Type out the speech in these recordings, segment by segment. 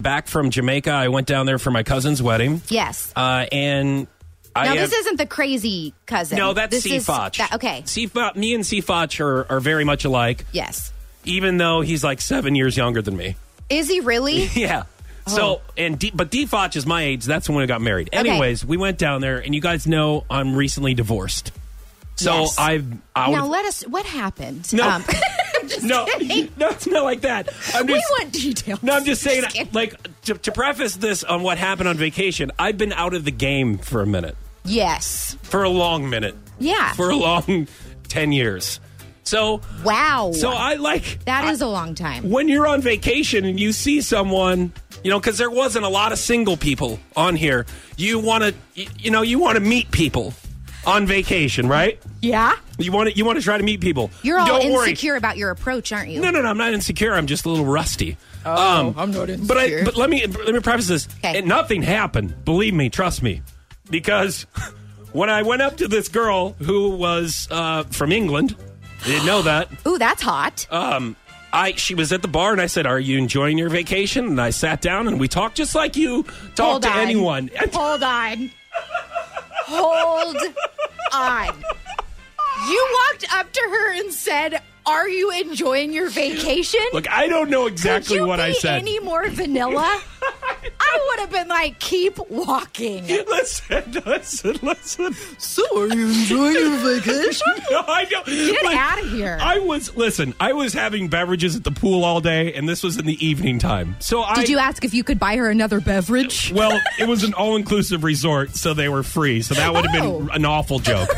back from Jamaica. I went down there for my cousin's wedding. Yes. Uh, and I now have- this isn't the crazy cousin. no, that's this C. is Foch. that- okay. C. Fo- me and C. Foch are, are very much alike, Yes. even though he's like seven years younger than me. Is he really? Yeah. So and D, but D. Foch is my age. That's when I got married. Oh. Okay. Anyways, we went down there, and you guys know I'm recently divorced. So Yes. I've I now would- let us. What happened? Um, No. just no kidding. no it's not like that. I'm we just, want details. No, I'm just saying, kidding. like, to, to preface this on what happened on vacation, I've been out of the game for a minute, yes. for a long minute, Yeah. for a long 10 years. So, wow. so I like That is a long time. when you're on vacation and you see someone, you know, because there wasn't a lot of single people on here, you want to, you, you know, you want to meet people on vacation, right? Yeah. You want to, you want to try to meet people. You're all Don't worry. insecure about your approach, aren't you? No, no, no. I'm not insecure. I'm just a little rusty. Oh, um, I'm not insecure. But I, but let me let me preface this. Okay. And nothing happened. Believe me. Trust me. Because when I went up to this girl who was uh, from England, I didn't know that. um, Ooh, that's hot. Uh, I she was at the bar and I said, "Are you enjoying your vacation?" And I sat down and we talked just like you talk Hold to on. anyone. Hold on. Hold on. You walked up to her and said, "Are you enjoying your vacation?" Look, I don't know Could exactly you what be I said. any more vanilla? I would have been like, "Keep walking." listen, listen, listen. So, are you enjoying your vacation? No, I don't. Get outta here. I was listen. I was having beverages at the pool all day, and this was in the evening time. So I Did you ask if you could buy her another beverage? well, it was an all-inclusive resort, so they were free. So that would have Oh. been an awful joke.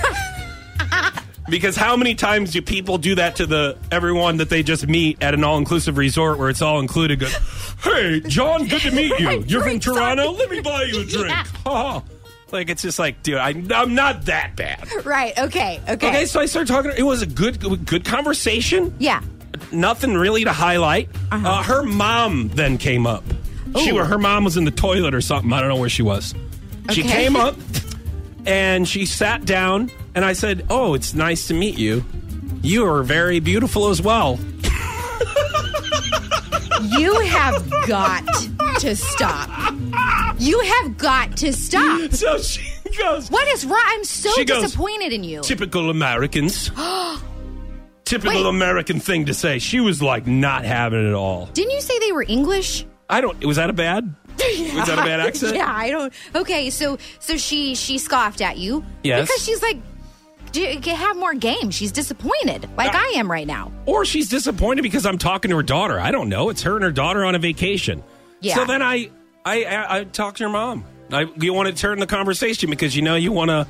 because how many times do people do that to the everyone that they just meet at an all-inclusive resort where it's all included? Go, hey, John, good to meet you. You're from Drinks on Toronto. me." Let me buy you a drink. Yeah. Oh. Like it's just like, dude, I, I'm not that bad. Right. Okay. Okay. Okay, so I started talking. to her. It was a good, good conversation. yeah. Nothing really to highlight. uh her mom then came up. She, Uh-huh. Ooh. her mom was in the toilet or something. I don't know where she was. She Okay. came up and she sat down, and I said, "Oh, it's nice to meet you. You are very beautiful as well." You have got to stop. You have got to stop. So she goes, What is wrong? I'm so She goes, disappointed in you. "Typical Americans." Typical Wait. American thing to say. She was like not having it at all. Didn't you say they were English? I don't. Was that a bad? Was that a bad accent? yeah, I don't. Okay, so so she she scoffed at you. Yes. Because she's like, "Do- g- have more game. She's disappointed, like Uh, I am right now. Or she's disappointed because I'm talking to her daughter. I don't know. It's her and her daughter on a vacation. Yeah. So then I I I, I talk to her mom. I, you want to turn the conversation because you know you want to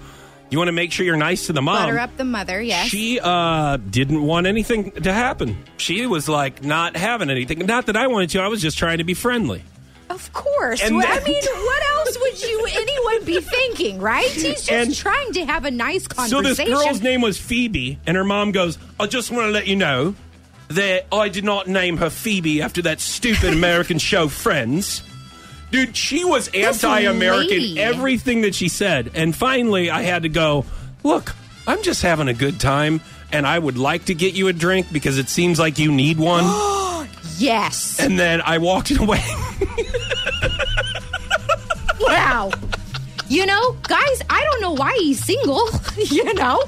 you want to make sure you're nice to the mom. Butter up the mother. Yes. Um, She uh, didn't want anything to happen. She was like not having anything. Not that I wanted to. I was just trying to be friendly. of course. And Well, I then- mean, what else would you anyone be thinking, right? He's just And- trying to have a nice So conversation. this girl's name was Phoebe, and her mom goes, "I just want to let you know that I did not name her Phoebe after that stupid American show Friends." Dude, she was anti-American lady. everything that she said, and finally, I had to go. Look, I'm just having a good time, and I would like to get you a drink because it seems like you need one. Yes. and then I walked away. wow. You know, guys, I don't know why he's single. You know.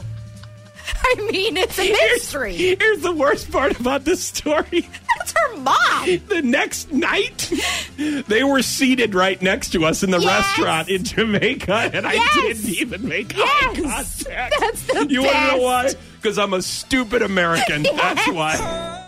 I mean, it's a mystery. Here's, here's the worst part about this story. That's her mom. the next night, they were seated right next to us in the Yes! restaurant in Jamaica, and Yes! I didn't even make Yes! eye contact. That's the you wanna know why? best. Because I'm a stupid American. That's why.